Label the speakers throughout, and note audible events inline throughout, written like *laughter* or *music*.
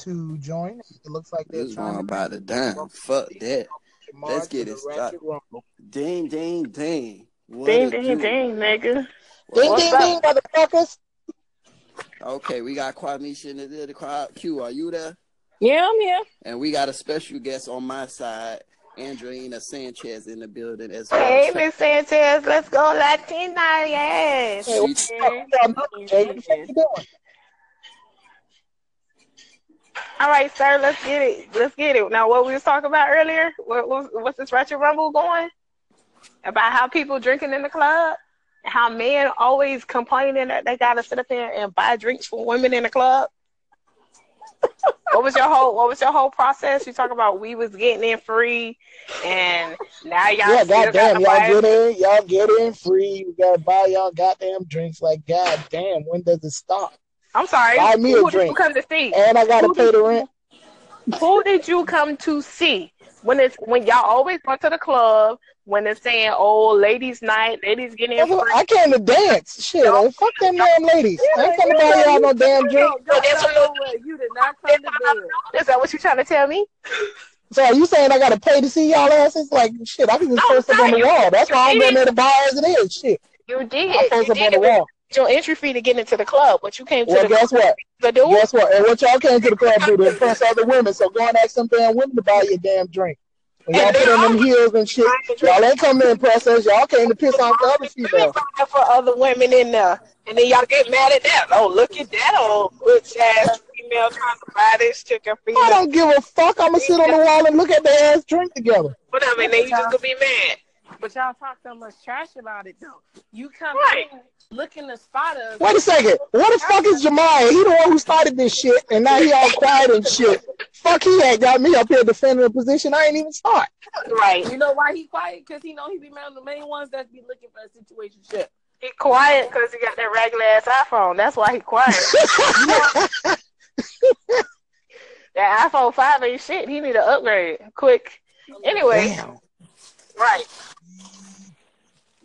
Speaker 1: to join. It looks like they're
Speaker 2: This
Speaker 1: trying
Speaker 2: one
Speaker 1: to
Speaker 2: by the dime. Fuck that.
Speaker 1: Jamar
Speaker 2: let's get
Speaker 1: to
Speaker 2: it
Speaker 1: the Ratchet
Speaker 2: started.
Speaker 1: Rumble.
Speaker 2: Ding, ding, ding. What
Speaker 3: Ding,
Speaker 2: it
Speaker 3: ding,
Speaker 2: do?
Speaker 3: ding, nigga.
Speaker 1: Ding,
Speaker 2: What's
Speaker 1: ding,
Speaker 2: up?
Speaker 1: ding, motherfuckers.
Speaker 2: Okay, we got Kwame in the crowd. Q, are you there?
Speaker 3: Yeah, I'm here.
Speaker 2: And we got a special guest on my side, Andreina Sanchez in the building as well.
Speaker 3: Hey, Miss Sanchez, let's go Latina, yes.
Speaker 2: She-
Speaker 3: Yeah.
Speaker 1: Yeah, I'm up, Jay. How you doing?
Speaker 3: All right, sir, let's get it. Let's get it. Now, what we was talking about earlier, what, was what's this Ratchet Rumble going? About how people drinking in the club, and how men always complaining that they gotta sit up here and buy drinks for women in the club. *laughs* what was your whole What was your whole process? You talking about we was getting in free, and now y'all
Speaker 1: Yeah,
Speaker 3: still got
Speaker 1: goddamn,
Speaker 3: to
Speaker 1: y'all
Speaker 3: buy
Speaker 1: get in, y'all get in free. You gotta buy y'all goddamn drinks. Like, goddamn, when does it stop?
Speaker 3: I'm sorry.
Speaker 1: Buy me a
Speaker 3: who did you
Speaker 1: drink.
Speaker 3: come to see?
Speaker 1: And I gotta
Speaker 3: Who
Speaker 1: pay
Speaker 3: did-
Speaker 1: the rent.
Speaker 3: Who did you come to see? When it's when y'all always go to the club when it's saying "Oh, ladies' night, ladies getting in free."
Speaker 1: I came to dance. Shit,
Speaker 3: No.
Speaker 1: eh, fuck them damn ladies. I ain't coming
Speaker 4: Yeah,
Speaker 1: down
Speaker 4: yeah,
Speaker 1: y'all
Speaker 4: you-
Speaker 1: no damn
Speaker 4: No,
Speaker 1: drink.
Speaker 4: no, no, no way. You did not come to bed.
Speaker 3: Is that what you trying to tell me?
Speaker 1: So are you saying I gotta pay to see y'all asses? Like shit, I can just
Speaker 3: No,
Speaker 1: post up on the
Speaker 3: you-
Speaker 1: wall. That's why I'm going there to buy as it is. Shit,
Speaker 3: You
Speaker 1: I
Speaker 3: did.
Speaker 1: post
Speaker 3: You
Speaker 1: up on
Speaker 3: did
Speaker 1: the
Speaker 3: it with
Speaker 1: wall.
Speaker 3: your entry fee to get into the club, but you came to
Speaker 1: Well,
Speaker 3: the
Speaker 1: guess what?
Speaker 3: the dude.
Speaker 1: Guess what? And what y'all came to the club to do to impress other women. So go and ask them damn women to buy your damn drink. When y'all
Speaker 3: And
Speaker 1: put
Speaker 3: they're
Speaker 1: on them heels and shit, y'all ain't come to impress us. Y'all came to piss off the other females.
Speaker 3: Looking for other women in there, and then y'all get mad at that. Oh, look at that old bitch ass female trying to buy this chicken for
Speaker 1: I
Speaker 3: you.
Speaker 1: don't give a fuck. I'ma sit on the wall and look at their ass drink together.
Speaker 3: Whatever, and then you just gonna be mad.
Speaker 4: But y'all talk so much trash about it though. You come
Speaker 3: Right.
Speaker 4: in looking to spot us.
Speaker 1: Wait a second. What the fuck is Jemiah? He the one who started this shit, and now he all quiet and shit. Fuck, he had got me up here defending a position I ain't even start.
Speaker 3: Right.
Speaker 4: You know why he quiet? Because he know he be one of the main ones that be looking for a situationship.
Speaker 3: He quiet because he got that regular ass iPhone. That's why he *laughs* quiet. that iPhone five ain't shit. He need an upgrade quick. Anyway,
Speaker 1: Damn.
Speaker 3: right?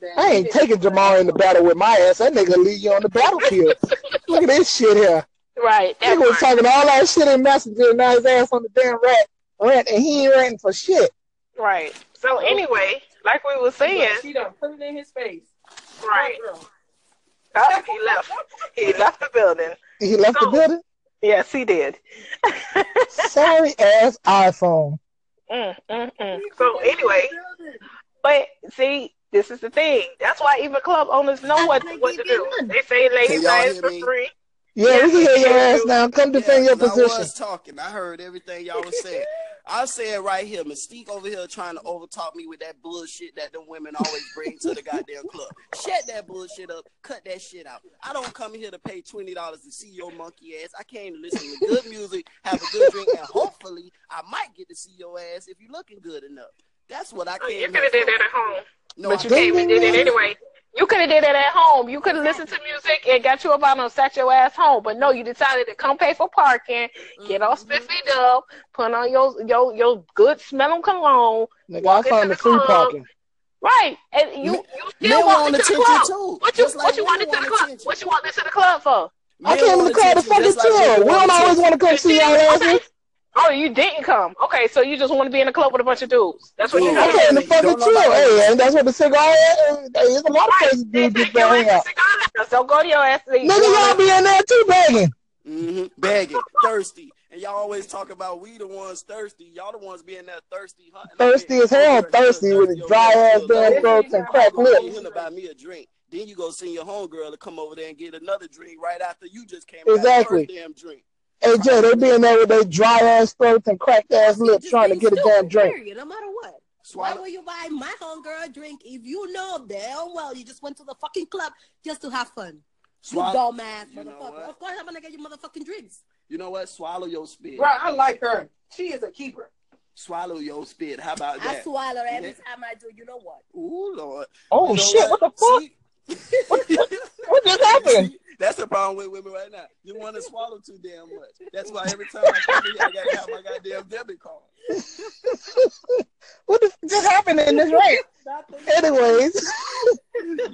Speaker 4: Damn,
Speaker 1: I
Speaker 4: he
Speaker 1: ain't
Speaker 4: did-
Speaker 1: taking Jamar in the battle with my ass. That nigga leave you on the battlefield. Look at this shit here.
Speaker 3: Right. That
Speaker 1: Nigga was
Speaker 3: part.
Speaker 1: talking all that shit in messenger and now his ass on the damn rat rent and he ain't renting for shit.
Speaker 3: Right. So anyway, like we were saying,
Speaker 4: She done put it in his face.
Speaker 3: right?
Speaker 4: Oh, girl.
Speaker 3: Oh, he left. He left the building.
Speaker 1: He left the
Speaker 3: No.
Speaker 1: building.
Speaker 3: Yes, he did.
Speaker 1: Sorry ass iPhone.
Speaker 3: Mm, mm, mm. So anyway, but see, this is the thing. That's why even club owners know what what to do. They say
Speaker 2: Can
Speaker 3: ladies'
Speaker 2: y'all
Speaker 3: nights
Speaker 2: hear
Speaker 3: for
Speaker 2: me?
Speaker 3: free.
Speaker 1: Yeah, we can hear your ass now. Come defend your
Speaker 2: Because I
Speaker 1: position.
Speaker 2: was talking. I heard everything y'all was saying. I said right here, Mystique over here trying to overtalk me with that bullshit that the women always bring to the goddamn club. Shut that bullshit up. Cut that shit out. I don't come here to pay twenty dollars to see your monkey ass. I came to listen to good music, have a good drink, and hopefully I might get to see your ass if you're looking good enough. That's what I came.
Speaker 3: Oh, You could
Speaker 2: here
Speaker 3: have did
Speaker 2: for.
Speaker 3: that at home.
Speaker 2: No,
Speaker 3: but
Speaker 2: I
Speaker 3: you
Speaker 1: didn't.
Speaker 3: came and did it anyway. You could have did it at home. You could have listened to music and got you a bottle and sat your ass home. But no, you decided to come pay for parking, get all
Speaker 2: Mm-hmm.
Speaker 3: spiffy up, put on your your your good smelling cologne,
Speaker 1: Nigga, I found the free parking.
Speaker 3: right? And
Speaker 2: Men-
Speaker 3: you you
Speaker 2: Men want
Speaker 3: still walked into the
Speaker 2: attention
Speaker 3: club.
Speaker 2: too.
Speaker 3: What you
Speaker 2: just like
Speaker 3: what you
Speaker 2: women
Speaker 3: wanted to the
Speaker 2: want
Speaker 3: club?
Speaker 2: attention.
Speaker 3: What you wanted to the club for?
Speaker 1: I came
Speaker 2: Men
Speaker 1: to
Speaker 2: want
Speaker 1: the club to
Speaker 2: attention
Speaker 1: fucking
Speaker 2: just like
Speaker 1: chill.
Speaker 2: women
Speaker 1: We don't
Speaker 2: want
Speaker 1: always want to come
Speaker 3: You
Speaker 1: see y'all
Speaker 3: didn't-
Speaker 1: asses.
Speaker 3: okay. Oh, you didn't come. Okay, so you just want to be in a club with a bunch of dudes. That's what you
Speaker 2: Dude,
Speaker 3: did.
Speaker 1: I came to
Speaker 2: Don't
Speaker 1: fucking
Speaker 2: nobody-
Speaker 1: chill. Hey, and that's what the cigar is. There's a lot of
Speaker 3: Right.
Speaker 1: places
Speaker 3: They
Speaker 1: dudes
Speaker 3: take
Speaker 1: get
Speaker 3: your
Speaker 1: their hang
Speaker 3: ass
Speaker 1: out.
Speaker 3: to cigar lounge. So go to your ass. and-
Speaker 1: Nigga, y'all be in there too begging.
Speaker 2: hmm Begging, thirsty, and y'all always talk about we the ones thirsty. Y'all the ones being that thirsty, hunting.
Speaker 1: Thirsty as hell, thirsty with his dry ass damn throats and cracked
Speaker 2: You
Speaker 1: lips.
Speaker 2: gonna buy me a drink. Then you go send your homegirl to come over there and get another drink right after you just came. and got your
Speaker 1: Exactly.
Speaker 2: Damn drink.
Speaker 1: Hey Jay, they be in there with their dry ass throats and cracked ass lips trying to get a damn drink.
Speaker 5: Period, no matter what. Why
Speaker 2: Swallow.
Speaker 5: would you buy my homegirl a drink if you know damn well you just went to the fucking club just to have fun? You
Speaker 2: Swallow.
Speaker 5: dumbass
Speaker 2: You know
Speaker 5: motherfucker.
Speaker 2: what?
Speaker 5: Of course I'm gonna get you motherfucking drinks.
Speaker 2: You know what? Swallow your spit.
Speaker 4: Bro, I like her. She is a keeper.
Speaker 2: Swallow your spit. How about
Speaker 5: I
Speaker 2: that?
Speaker 5: swallow every
Speaker 2: Yeah.
Speaker 5: time I do. You know what?
Speaker 2: Ooh Lord.
Speaker 1: Oh
Speaker 2: You know
Speaker 1: shit, what the fuck?
Speaker 2: See? *laughs*
Speaker 1: What just happened?
Speaker 2: See, *laughs* that's the problem with women right now. You want to swallow too damn much. That's why every time I come here, I gotta have my goddamn debit card.
Speaker 1: What the f- just happened in this rant? Anyways,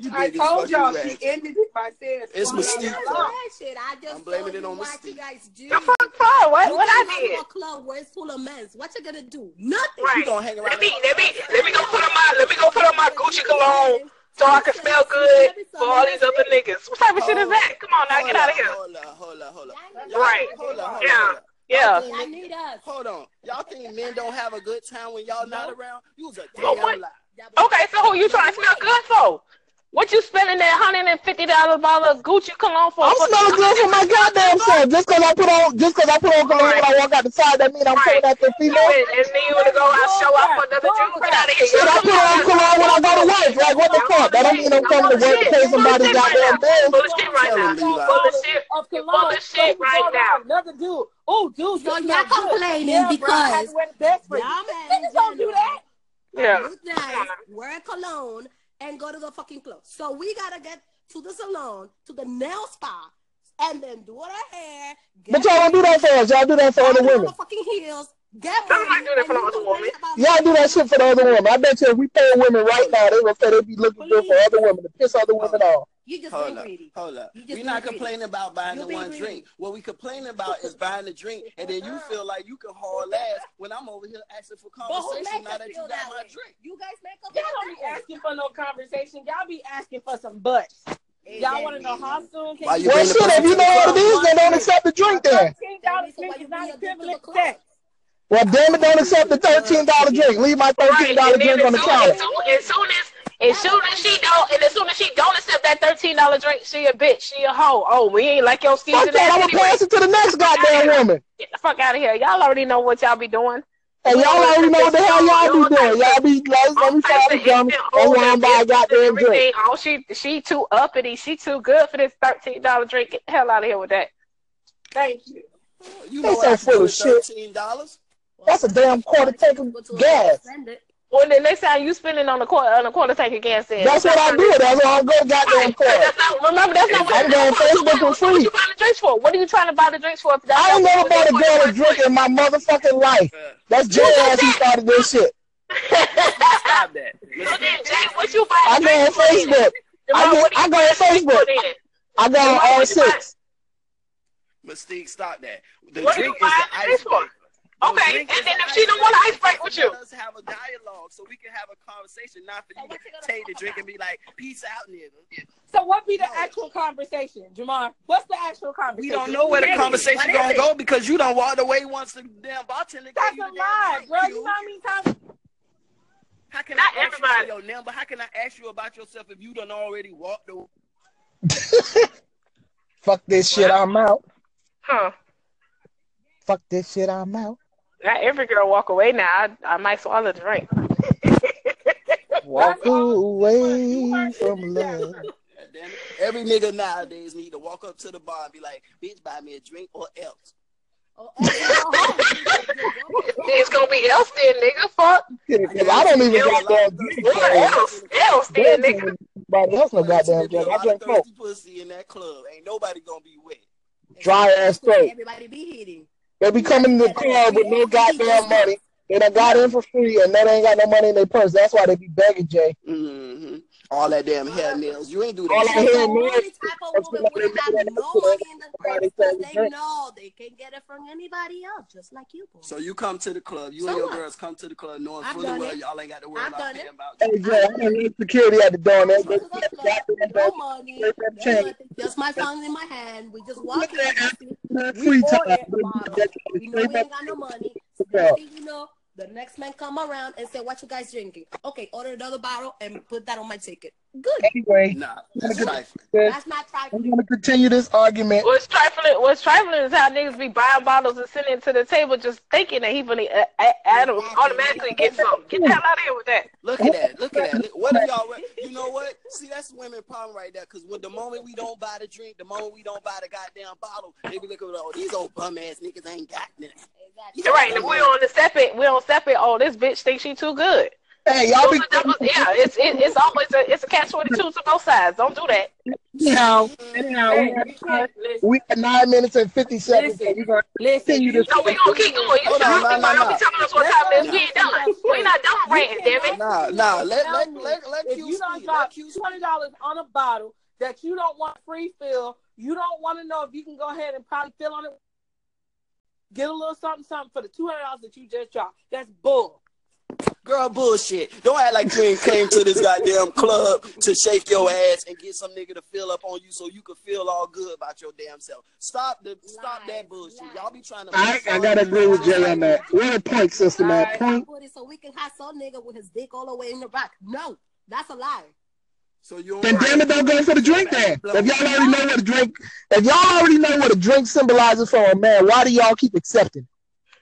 Speaker 2: You
Speaker 4: I
Speaker 2: niggas fucking
Speaker 4: told y'all
Speaker 2: rats.
Speaker 4: she ended it by saying
Speaker 2: It's
Speaker 4: swallow
Speaker 2: Mystique,
Speaker 4: your
Speaker 5: I
Speaker 2: though.
Speaker 5: know
Speaker 4: lung.
Speaker 5: that shit. I just
Speaker 2: I'm blaming
Speaker 5: told
Speaker 2: it
Speaker 5: you
Speaker 2: on
Speaker 5: what
Speaker 2: Mystique.
Speaker 5: you guys do.
Speaker 3: The fuck, fuck? What what I
Speaker 5: to
Speaker 3: said.
Speaker 5: a club where it's full of men. What you gonna do? Nothing.
Speaker 2: You
Speaker 3: Right.
Speaker 2: gonna hang around?
Speaker 3: Let me let me let me go put on my let me go put on my Gucci cologne so I can smell good for all these other niggas. What type of shit is that? Come on now, get out of here.
Speaker 2: Hold up, hold up, hold up.
Speaker 5: Y'all
Speaker 2: Y'all-
Speaker 3: Right.
Speaker 2: Hold up, hold
Speaker 3: Yeah.
Speaker 2: up.
Speaker 3: Yeah.
Speaker 5: I need us.
Speaker 2: Hold on. Y'all think men don't have a good time when y'all not
Speaker 5: Nope.
Speaker 2: around? You was a
Speaker 3: Oh,
Speaker 2: damn
Speaker 3: what?
Speaker 2: lie.
Speaker 3: Okay, so who you trying to smell good for? What you spending that hundred and fifty dollar bottle of Gucci cologne for?
Speaker 1: *laughs* I'm smelling good for my goddamn self. Just cause I put on, just cause I put on cologne when I walk out the side, that mean I'm
Speaker 3: Right.
Speaker 1: coming after a female.
Speaker 3: and, and then you wanna go out show out for another dude? Get out of here.
Speaker 1: Shit, I put on cologne when I go to work. Like what the fuck? That don't mean I'm coming to work to pay somebody's goddamn bill.
Speaker 3: Bullshit right now.
Speaker 2: Telling me, like-
Speaker 3: Bullshit.
Speaker 4: Of
Speaker 3: You're
Speaker 4: cologne,
Speaker 3: full of
Speaker 4: so
Speaker 3: shit
Speaker 4: you
Speaker 3: right
Speaker 4: going
Speaker 3: now.
Speaker 4: out with Another dude. Oh, dude,
Speaker 5: Y'all,
Speaker 4: you smell
Speaker 5: y'all
Speaker 4: good.
Speaker 5: complaining
Speaker 4: Yeah, bro, I had
Speaker 5: because
Speaker 4: to wear the best for you.
Speaker 5: y'all
Speaker 4: Niggas don't do that.
Speaker 3: Yeah.
Speaker 5: You guys wear a cologne and go to the fucking club. So we gotta get to the salon, to the nail spa, and then do our hair. Get
Speaker 1: But y'all don't do that for us. Y'all do that for
Speaker 5: all
Speaker 1: other
Speaker 5: the
Speaker 1: women.
Speaker 5: Fucking heels. Get
Speaker 3: Sounds like
Speaker 5: ready,
Speaker 3: doing it for
Speaker 5: and
Speaker 3: the
Speaker 5: you
Speaker 3: other
Speaker 5: complain
Speaker 3: woman.
Speaker 5: about-
Speaker 1: Y'all do that shit for the other women. I bet you if we pay women right now, they would say they be looking good for other women to piss other women off.
Speaker 5: You just
Speaker 2: Hold
Speaker 5: being
Speaker 2: up,
Speaker 5: greedy.
Speaker 2: hold up.
Speaker 5: You just
Speaker 2: We're
Speaker 5: being
Speaker 2: not
Speaker 5: greedy.
Speaker 2: complaining about buying
Speaker 5: You
Speaker 2: the
Speaker 5: being
Speaker 2: one
Speaker 5: greedy.
Speaker 2: drink. What we complaining about is buying the drink, and then you feel like you can haul ass when I'm over here asking for
Speaker 5: But who
Speaker 2: conversation
Speaker 5: makes
Speaker 2: now
Speaker 5: us
Speaker 2: that you
Speaker 5: feel
Speaker 2: got
Speaker 5: that
Speaker 2: my
Speaker 5: way?
Speaker 2: drink.
Speaker 5: You guys make
Speaker 4: Y'all
Speaker 5: us feel
Speaker 4: don't be
Speaker 5: that way.
Speaker 4: asking for no conversation. Y'all be asking for some butts. Y'all want to know how soon? Can
Speaker 2: Why you
Speaker 1: Well,
Speaker 2: bring
Speaker 1: shit,
Speaker 2: the
Speaker 1: if you know what it is, then don't accept the drink then.
Speaker 4: Thirteen
Speaker 5: That
Speaker 4: dollars
Speaker 5: reason why
Speaker 4: is
Speaker 5: you
Speaker 4: not
Speaker 5: bring your dick to the
Speaker 4: equivalent to
Speaker 5: club.
Speaker 4: sex.
Speaker 1: Well, damn it, don't accept the $13 drink. Leave my
Speaker 3: Right,
Speaker 1: $13
Speaker 3: and then
Speaker 1: drink on the
Speaker 3: as soon,
Speaker 1: counter.
Speaker 3: as soon, as soon as as soon as she don't and as soon as she don't accept that thirteen dollar drink, she a bitch, she a hoe. Oh, we ain't like your season
Speaker 1: Fuck that,
Speaker 3: ass
Speaker 1: I'm gonna
Speaker 3: anyway.
Speaker 1: pass it to the next goddamn woman.
Speaker 3: Get the fuck out of here. Y'all already know what y'all be doing.
Speaker 1: And y'all already know what the hell y'all be doing. Y'all be like, let me
Speaker 3: types
Speaker 1: find
Speaker 3: of
Speaker 1: the gum.
Speaker 3: instant
Speaker 1: That's why I'm
Speaker 3: old
Speaker 1: buying a goddamn
Speaker 3: everything.
Speaker 1: drink.
Speaker 3: Oh, she she too uppity. She too good for this thirteen dollar drink. Get the hell out of here with that.
Speaker 4: Thank you.
Speaker 2: You
Speaker 1: They
Speaker 2: know
Speaker 1: so
Speaker 2: I
Speaker 1: full
Speaker 2: full
Speaker 1: of shit.
Speaker 2: thirteen dollars.
Speaker 1: That's a damn quarter tank of
Speaker 5: Go to a-
Speaker 1: gas.
Speaker 5: Send it.
Speaker 3: Well, the next time you spending on the quarter on a quarter tank of gas, then
Speaker 1: That's what I do. That's why I'm going goddamn
Speaker 3: Right. But
Speaker 1: quarter.
Speaker 3: That's not, remember, that's not what
Speaker 1: I'm going Facebook and
Speaker 3: What are
Speaker 1: free.
Speaker 3: you buying the drinks for? What are you trying to buy the drinks for? If that's
Speaker 1: I ain't
Speaker 3: not
Speaker 1: never
Speaker 3: what
Speaker 1: bought a
Speaker 3: you want
Speaker 1: girl
Speaker 3: to
Speaker 1: a drink in my motherfucking life. That's Jay
Speaker 3: said
Speaker 1: ass who started this shit.
Speaker 2: Stop that.
Speaker 3: So then, Jack, what you
Speaker 1: I
Speaker 3: buying the
Speaker 1: go on
Speaker 3: drinks for? then?
Speaker 1: Facebook.
Speaker 3: Jamal,
Speaker 1: I go,
Speaker 3: what are
Speaker 1: I go on
Speaker 3: you buying the
Speaker 1: Facebook.
Speaker 3: drinks for then?
Speaker 1: I go on
Speaker 3: Jamal,
Speaker 1: all
Speaker 3: what you buying-
Speaker 1: six.
Speaker 2: Mystique, stop that. The
Speaker 3: What are
Speaker 2: drink
Speaker 3: you
Speaker 2: is
Speaker 3: buying
Speaker 2: the
Speaker 3: this for?
Speaker 2: icebreaker. The
Speaker 3: Okay,
Speaker 2: drink
Speaker 3: and
Speaker 2: is
Speaker 3: then
Speaker 2: the
Speaker 3: if she don't wanna
Speaker 2: icebreaker.
Speaker 3: ice break with you.
Speaker 2: let us have a dialogue so we can have a conversation, not for
Speaker 5: So
Speaker 2: you
Speaker 5: what you
Speaker 2: to
Speaker 5: gonna
Speaker 2: take the
Speaker 5: talk
Speaker 2: drink and be like, "Peace out, nigga."
Speaker 4: So what be the
Speaker 2: No.
Speaker 4: actual conversation, Jamar? What's the actual conversation?
Speaker 2: We don't know where the
Speaker 4: Really?
Speaker 2: conversation
Speaker 5: What is
Speaker 2: gonna
Speaker 5: it?
Speaker 2: go because you don't walk away once the damn bartender.
Speaker 4: That's
Speaker 2: gave
Speaker 4: a
Speaker 2: you the damn
Speaker 4: lie,
Speaker 2: drink,
Speaker 4: bro.
Speaker 2: you.
Speaker 4: You know how many times
Speaker 2: How can
Speaker 3: Not
Speaker 2: I ask you
Speaker 3: everybody.
Speaker 2: for your number? How can I ask you about yourself if you done already walked away?
Speaker 1: Fuck this shit, I'm out.
Speaker 3: Huh.
Speaker 1: Fuck this shit, I'm out.
Speaker 3: Not every girl walk away now. I, I might swallow the drink.
Speaker 1: Walk
Speaker 4: That's
Speaker 5: Oh,
Speaker 4: all you
Speaker 1: away
Speaker 4: want.
Speaker 1: from love.
Speaker 2: God damn it. Every nigga nowadays need to walk up to the bar and be like, "Bitch, buy me a drink or else."
Speaker 5: Oh,
Speaker 1: *laughs*
Speaker 5: oh, oh.
Speaker 3: It's gonna be else then, nigga. Fuck.
Speaker 1: Shit, 'cause I don't even
Speaker 3: Else.
Speaker 1: goddamn drink.
Speaker 3: What
Speaker 1: man.
Speaker 3: else? Else then, nigga.
Speaker 1: Everybody else no goddamn drink. I drink coke.
Speaker 2: thirsty pussy in that club. Ain't nobody gonna be wet.
Speaker 1: Dry ass throat.
Speaker 5: Everybody be hitting.
Speaker 1: They be coming to the club with no goddamn money. They done got in for free and they ain't got no money in their purse. That's why they be begging Jay.
Speaker 2: Mm-hmm. All that damn hair nails. You ain't do
Speaker 1: All
Speaker 2: that.
Speaker 1: that
Speaker 5: And
Speaker 2: shit.
Speaker 1: hair-
Speaker 5: the
Speaker 1: man.
Speaker 5: only type of woman would have no money in the purse because they know they can get it from anybody else, just like you. Boy.
Speaker 2: So you come to the club. You
Speaker 5: So
Speaker 2: and your
Speaker 5: what?
Speaker 2: girls come to the club knowing
Speaker 5: I've
Speaker 2: fully
Speaker 5: done
Speaker 2: well
Speaker 5: it.
Speaker 2: y'all ain't got to worry
Speaker 5: I've
Speaker 2: about
Speaker 5: done
Speaker 2: paying
Speaker 5: it.
Speaker 2: about
Speaker 1: Hey Jay, I don't need security at the door, man.
Speaker 5: Just
Speaker 1: They
Speaker 5: go to
Speaker 1: just
Speaker 5: the
Speaker 1: got the
Speaker 5: club,
Speaker 1: goddamn
Speaker 5: no
Speaker 1: bag.
Speaker 5: money,
Speaker 1: They
Speaker 5: no
Speaker 1: change.
Speaker 5: nothing, just my phone in my hand. We just walk in.
Speaker 1: Look at that.
Speaker 5: we see-
Speaker 1: Free time.
Speaker 5: ordered a bottle. We know we ain't got no money. So
Speaker 1: Yeah.
Speaker 5: next thing you know, the next man come around and say, "What you guys drinking?" Okay, order another bottle and put that on my ticket. Good.
Speaker 1: Anyway, *laughs*
Speaker 2: Nah, that's trifling.
Speaker 5: That's not
Speaker 1: I'm
Speaker 5: trifling.
Speaker 1: going to continue this argument.
Speaker 3: What's trifling? What's trifling is how niggas be buying bottles and sending it to the table, just thinking that he gonna uh, uh, Adam automatically get some. Get the hell out of here with that.
Speaker 2: Look at that. Look at that. Look- What if y'all? You know what? See, that's women problem right there. Because when the moment we don't buy the drink, the moment we don't buy the goddamn bottle, they be looking at oh these old bum ass niggas ain't got nothing.
Speaker 5: Exactly.
Speaker 3: You're right. and We on the separate. We on separate. Oh, this bitch thinks she too good.
Speaker 1: Hey, y'all be
Speaker 3: yeah, it's it, it's always a it's a catch twenty two to both sides. Don't do that.
Speaker 1: anyhow. Anyhow, we
Speaker 4: Hey, you can't listen.
Speaker 1: we at nine minutes and fifty seconds. so we gonna
Speaker 4: Listen,
Speaker 1: continue this.
Speaker 3: No, we gonna keep going. You
Speaker 2: Hold
Speaker 3: should
Speaker 2: on, no,
Speaker 3: not
Speaker 2: no,
Speaker 3: be
Speaker 2: no.
Speaker 3: telling us what time it is. We ain't done. We not done ranting, damn it.
Speaker 2: Nah, nah. Let let let let
Speaker 4: if
Speaker 2: Q
Speaker 4: you don't
Speaker 2: speak. Let
Speaker 4: drop
Speaker 2: Q speak.
Speaker 4: twenty dollars on a bottle that you don't want free fill, you don't want to know if you can go ahead and probably fill on it. Get a little something, something for the two hundred dollars that you just dropped. That's bull.
Speaker 2: Girl, bullshit. Don't act like you ain't came to this goddamn club to shake your ass and get some nigga to fill up on you so you can feel all good about your damn self. Stop the stop that bullshit. Y'all be trying to.
Speaker 1: I, I gotta agree with Jay on that. What a point, sister, man.
Speaker 4: Alright.
Speaker 1: Point.
Speaker 5: Put it so we can have some nigga with his dick all the way in the back. No, that's a lie.
Speaker 2: So you.
Speaker 1: Then damn it, don't go for the drink then. If y'all already know what a drink, if y'all already know what a drink symbolizes for a man, why do y'all keep accepting?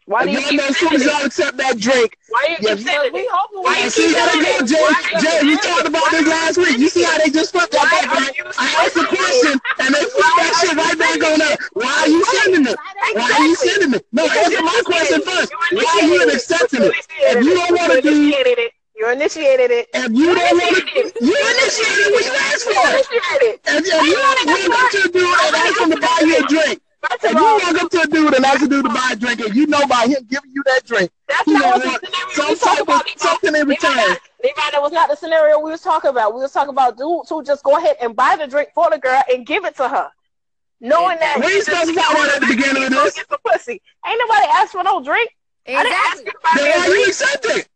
Speaker 3: Why
Speaker 1: it?
Speaker 3: do you
Speaker 1: If y'all
Speaker 3: keep
Speaker 1: know as soon as
Speaker 3: sending it?
Speaker 1: y'all accept that drink,
Speaker 3: Why you
Speaker 1: Yeah,
Speaker 3: keep sending it?
Speaker 4: We hoping
Speaker 3: Why you
Speaker 4: we
Speaker 1: see
Speaker 3: keep
Speaker 1: how they go,
Speaker 3: sending it?
Speaker 1: Jay.
Speaker 3: Why-
Speaker 1: Jay, we talked about this last week. You see how they just flipped that
Speaker 3: Why
Speaker 1: back,
Speaker 3: are
Speaker 1: right?
Speaker 3: you
Speaker 1: I asked a
Speaker 3: sending it?
Speaker 1: question and they flipped that shit right back on up. Why are you sending it? Why are you
Speaker 3: Exactly.
Speaker 1: sending it? No, answer my question first.
Speaker 3: You
Speaker 1: Why you
Speaker 3: initiated
Speaker 1: ain't accepting it? If you don't wanna do-
Speaker 3: initiated it. You initiated it.
Speaker 1: If you don't want
Speaker 3: initiated
Speaker 1: to, you initiated what you asked
Speaker 3: You
Speaker 1: for.
Speaker 3: initiated it.
Speaker 1: If, if you walk up to a dude and ask him to buy you a drink,
Speaker 3: First
Speaker 1: if
Speaker 3: of
Speaker 1: you
Speaker 3: all,
Speaker 1: walk up to a dude and ask a dude to buy a drink, and you know by him giving you that drink,
Speaker 3: that's
Speaker 1: he
Speaker 3: not
Speaker 1: gonna
Speaker 3: what the
Speaker 1: want
Speaker 3: scenario
Speaker 1: some
Speaker 3: we talked
Speaker 1: type of
Speaker 3: about. Levi.
Speaker 1: something in return.
Speaker 3: Levi, that was not the scenario we was talking about. We was talking about dudes who just go ahead and buy the drink for the girl and give it to her, knowing that
Speaker 1: We specified that at the beginning of
Speaker 3: Go
Speaker 1: this.
Speaker 3: get some pussy. Ain't nobody asked for no drink. I didn't ask
Speaker 5: Exactly.
Speaker 3: you to buy me
Speaker 1: Then
Speaker 3: a
Speaker 1: why
Speaker 3: drink.
Speaker 1: you accept it?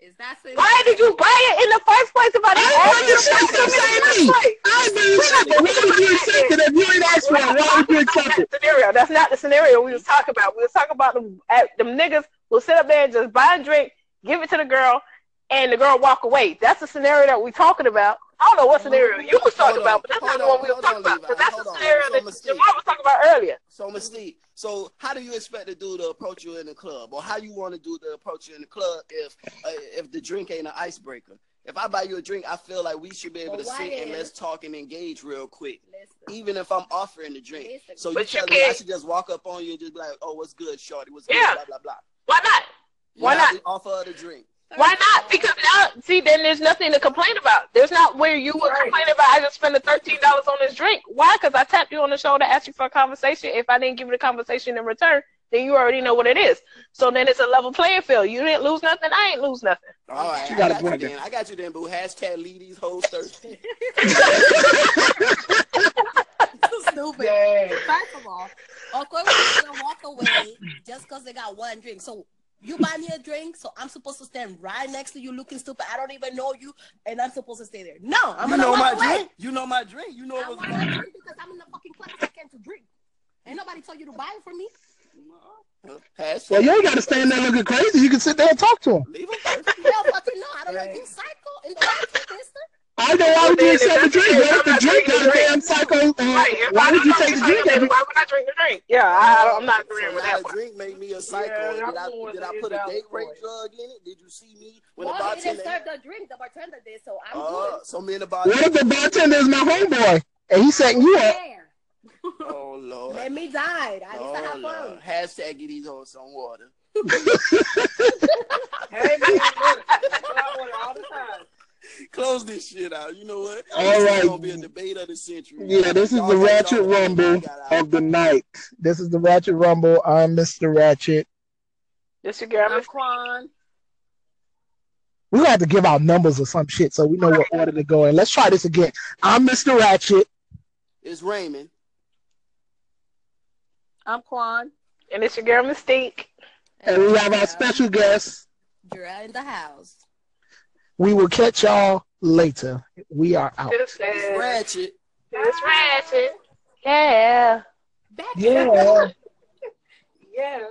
Speaker 5: Is that
Speaker 3: Why did you buy it in the first place if I
Speaker 1: I
Speaker 3: didn't
Speaker 1: ain't
Speaker 3: ask you
Speaker 1: buying shit. Stop
Speaker 3: to buy it in the
Speaker 1: saying me.
Speaker 3: first place?
Speaker 1: I ain't buying shit. But why would you accept it if you ain't asked for it? Why would you accept it?
Speaker 3: That's not the scenario. That's not the scenario we was talking about. We was talking about them, at, them niggas who sit up there and just buy a drink, give it to the girl, and the girl walk away. That's the scenario that we talking about. I don't know what scenario you was talking
Speaker 2: Hold on,
Speaker 3: about, but that's
Speaker 2: hold
Speaker 3: not the one
Speaker 2: on,
Speaker 3: we was
Speaker 2: hold
Speaker 3: talking
Speaker 2: on,
Speaker 3: about.
Speaker 2: Levi,
Speaker 3: Because that's the
Speaker 2: hold on.
Speaker 3: scenario
Speaker 2: So
Speaker 3: that
Speaker 2: I'ma see.
Speaker 3: Jamal was talking about earlier.
Speaker 2: So Mystique, so how do you expect a dude to approach you in the club, or how you want to do to approach you in the club if uh, if the drink ain't an icebreaker? If I buy you a drink, I feel like we should be able
Speaker 5: But
Speaker 2: to
Speaker 5: why
Speaker 2: sit and
Speaker 5: is-
Speaker 2: let's talk and engage real quick,
Speaker 5: Listen,
Speaker 2: even if I'm offering the drink.
Speaker 5: listen.
Speaker 2: So you
Speaker 3: But you
Speaker 2: telling me I
Speaker 3: can't-
Speaker 2: should just walk up on you and just be like, "Oh, what's good, shorty? What's good?"
Speaker 3: Yeah.
Speaker 2: Blah blah blah.
Speaker 3: Why not?
Speaker 2: You
Speaker 3: Why
Speaker 2: have to Offer her the drink.
Speaker 3: Why not? Because now, see, then there's nothing to complain about. There's not where you would complain about. I just spent the thirteen dollars on this drink. Why? Because I tapped you on the shoulder, asked you for a conversation. If I didn't give you the conversation in return, then you already know what it is. So then it's a level playing field. You didn't lose nothing. I ain't lose nothing.
Speaker 2: All right,
Speaker 1: She
Speaker 2: I
Speaker 1: got a
Speaker 2: got you
Speaker 1: point there.
Speaker 2: then. I got you then, boo. Hashtag leave these hoes *laughs* thirsty.
Speaker 5: Too stupid. First of all, of course we're gonna walk away just because they got one drink. So you buy me a drink, so I'm supposed to stand right next to you looking stupid. I don't even know you, and I'm supposed to stay there. No, I'm
Speaker 2: you
Speaker 5: gonna
Speaker 2: know
Speaker 5: walk
Speaker 2: my
Speaker 5: away.
Speaker 2: drink. You know my drink. You know
Speaker 5: I
Speaker 2: what's
Speaker 5: want that drink because I'm in the fucking place. I can't to drink. Ain't nobody told you to buy it for me.
Speaker 2: Hashtag.
Speaker 1: Well, you ain't got to stand there looking crazy. You can sit there and talk to him.
Speaker 2: Leave them thirsty.
Speaker 5: Hell fucking no, I don't know. You psycho in the fucking business.
Speaker 1: I know why would you
Speaker 3: Well,
Speaker 1: accept the
Speaker 3: then,
Speaker 1: drink?
Speaker 3: that's
Speaker 1: What if the
Speaker 3: it.
Speaker 1: drink
Speaker 3: I'm
Speaker 1: got a
Speaker 3: not
Speaker 1: damn psycho? uh,
Speaker 3: If
Speaker 1: Why
Speaker 3: I
Speaker 1: would
Speaker 3: don't
Speaker 1: you
Speaker 3: know
Speaker 1: take the
Speaker 3: if
Speaker 1: drink?
Speaker 3: I'm
Speaker 1: every-
Speaker 3: gonna- Why would I drink the drink? Yeah, I, I'm not agreeing
Speaker 2: So
Speaker 3: with
Speaker 2: now
Speaker 3: that
Speaker 2: the
Speaker 3: one.
Speaker 2: drink made me a psycho.
Speaker 4: Yeah,
Speaker 2: did I,
Speaker 4: I'm going
Speaker 2: did
Speaker 4: to
Speaker 2: I
Speaker 4: use
Speaker 2: put a
Speaker 4: that
Speaker 2: date rape
Speaker 4: for it.
Speaker 2: drug in it? Did you see me when the
Speaker 5: Well, they didn't
Speaker 2: bartender?
Speaker 5: serve the drink, the bartender did, so I'm
Speaker 2: Oh, so me and the
Speaker 1: What if
Speaker 2: bartender.
Speaker 1: the bartender is my homeboy and he's setting you
Speaker 5: good.
Speaker 1: up?
Speaker 5: There.
Speaker 2: Oh lord.
Speaker 5: Let me die. I used to
Speaker 2: Oh,
Speaker 5: have fun.
Speaker 2: lord. Hashtag get these hoes some water.
Speaker 4: Hey man, look, that's what I want all the time.
Speaker 2: Close this shit out. You know what?
Speaker 1: All
Speaker 2: this
Speaker 1: right.
Speaker 2: is gonna be a debate of the century.
Speaker 1: Yeah, this is
Speaker 2: Y'all
Speaker 1: the
Speaker 2: got it
Speaker 1: Ratchet
Speaker 2: all the way y'all
Speaker 1: Rumble
Speaker 2: got out.
Speaker 1: of the night. This is the Ratchet Rumble. I'm Mr. Ratchet.
Speaker 3: This your girl.
Speaker 4: I'm
Speaker 3: Miss-
Speaker 4: Quan.
Speaker 1: We're gonna have to give out numbers or some shit so we know what order to go in. Let's try this again. I'm Mr. Ratchet.
Speaker 2: It's Raymond.
Speaker 4: I'm Quan.
Speaker 3: And it's your girl Mystique.
Speaker 1: And we have our special guest.
Speaker 5: Dura in the house.
Speaker 1: We will catch y'all later. We are out.
Speaker 3: This
Speaker 2: It's
Speaker 3: is
Speaker 2: Ratchet.
Speaker 3: this ratchet. Yeah.
Speaker 5: Back
Speaker 1: Yeah.
Speaker 4: Yeah.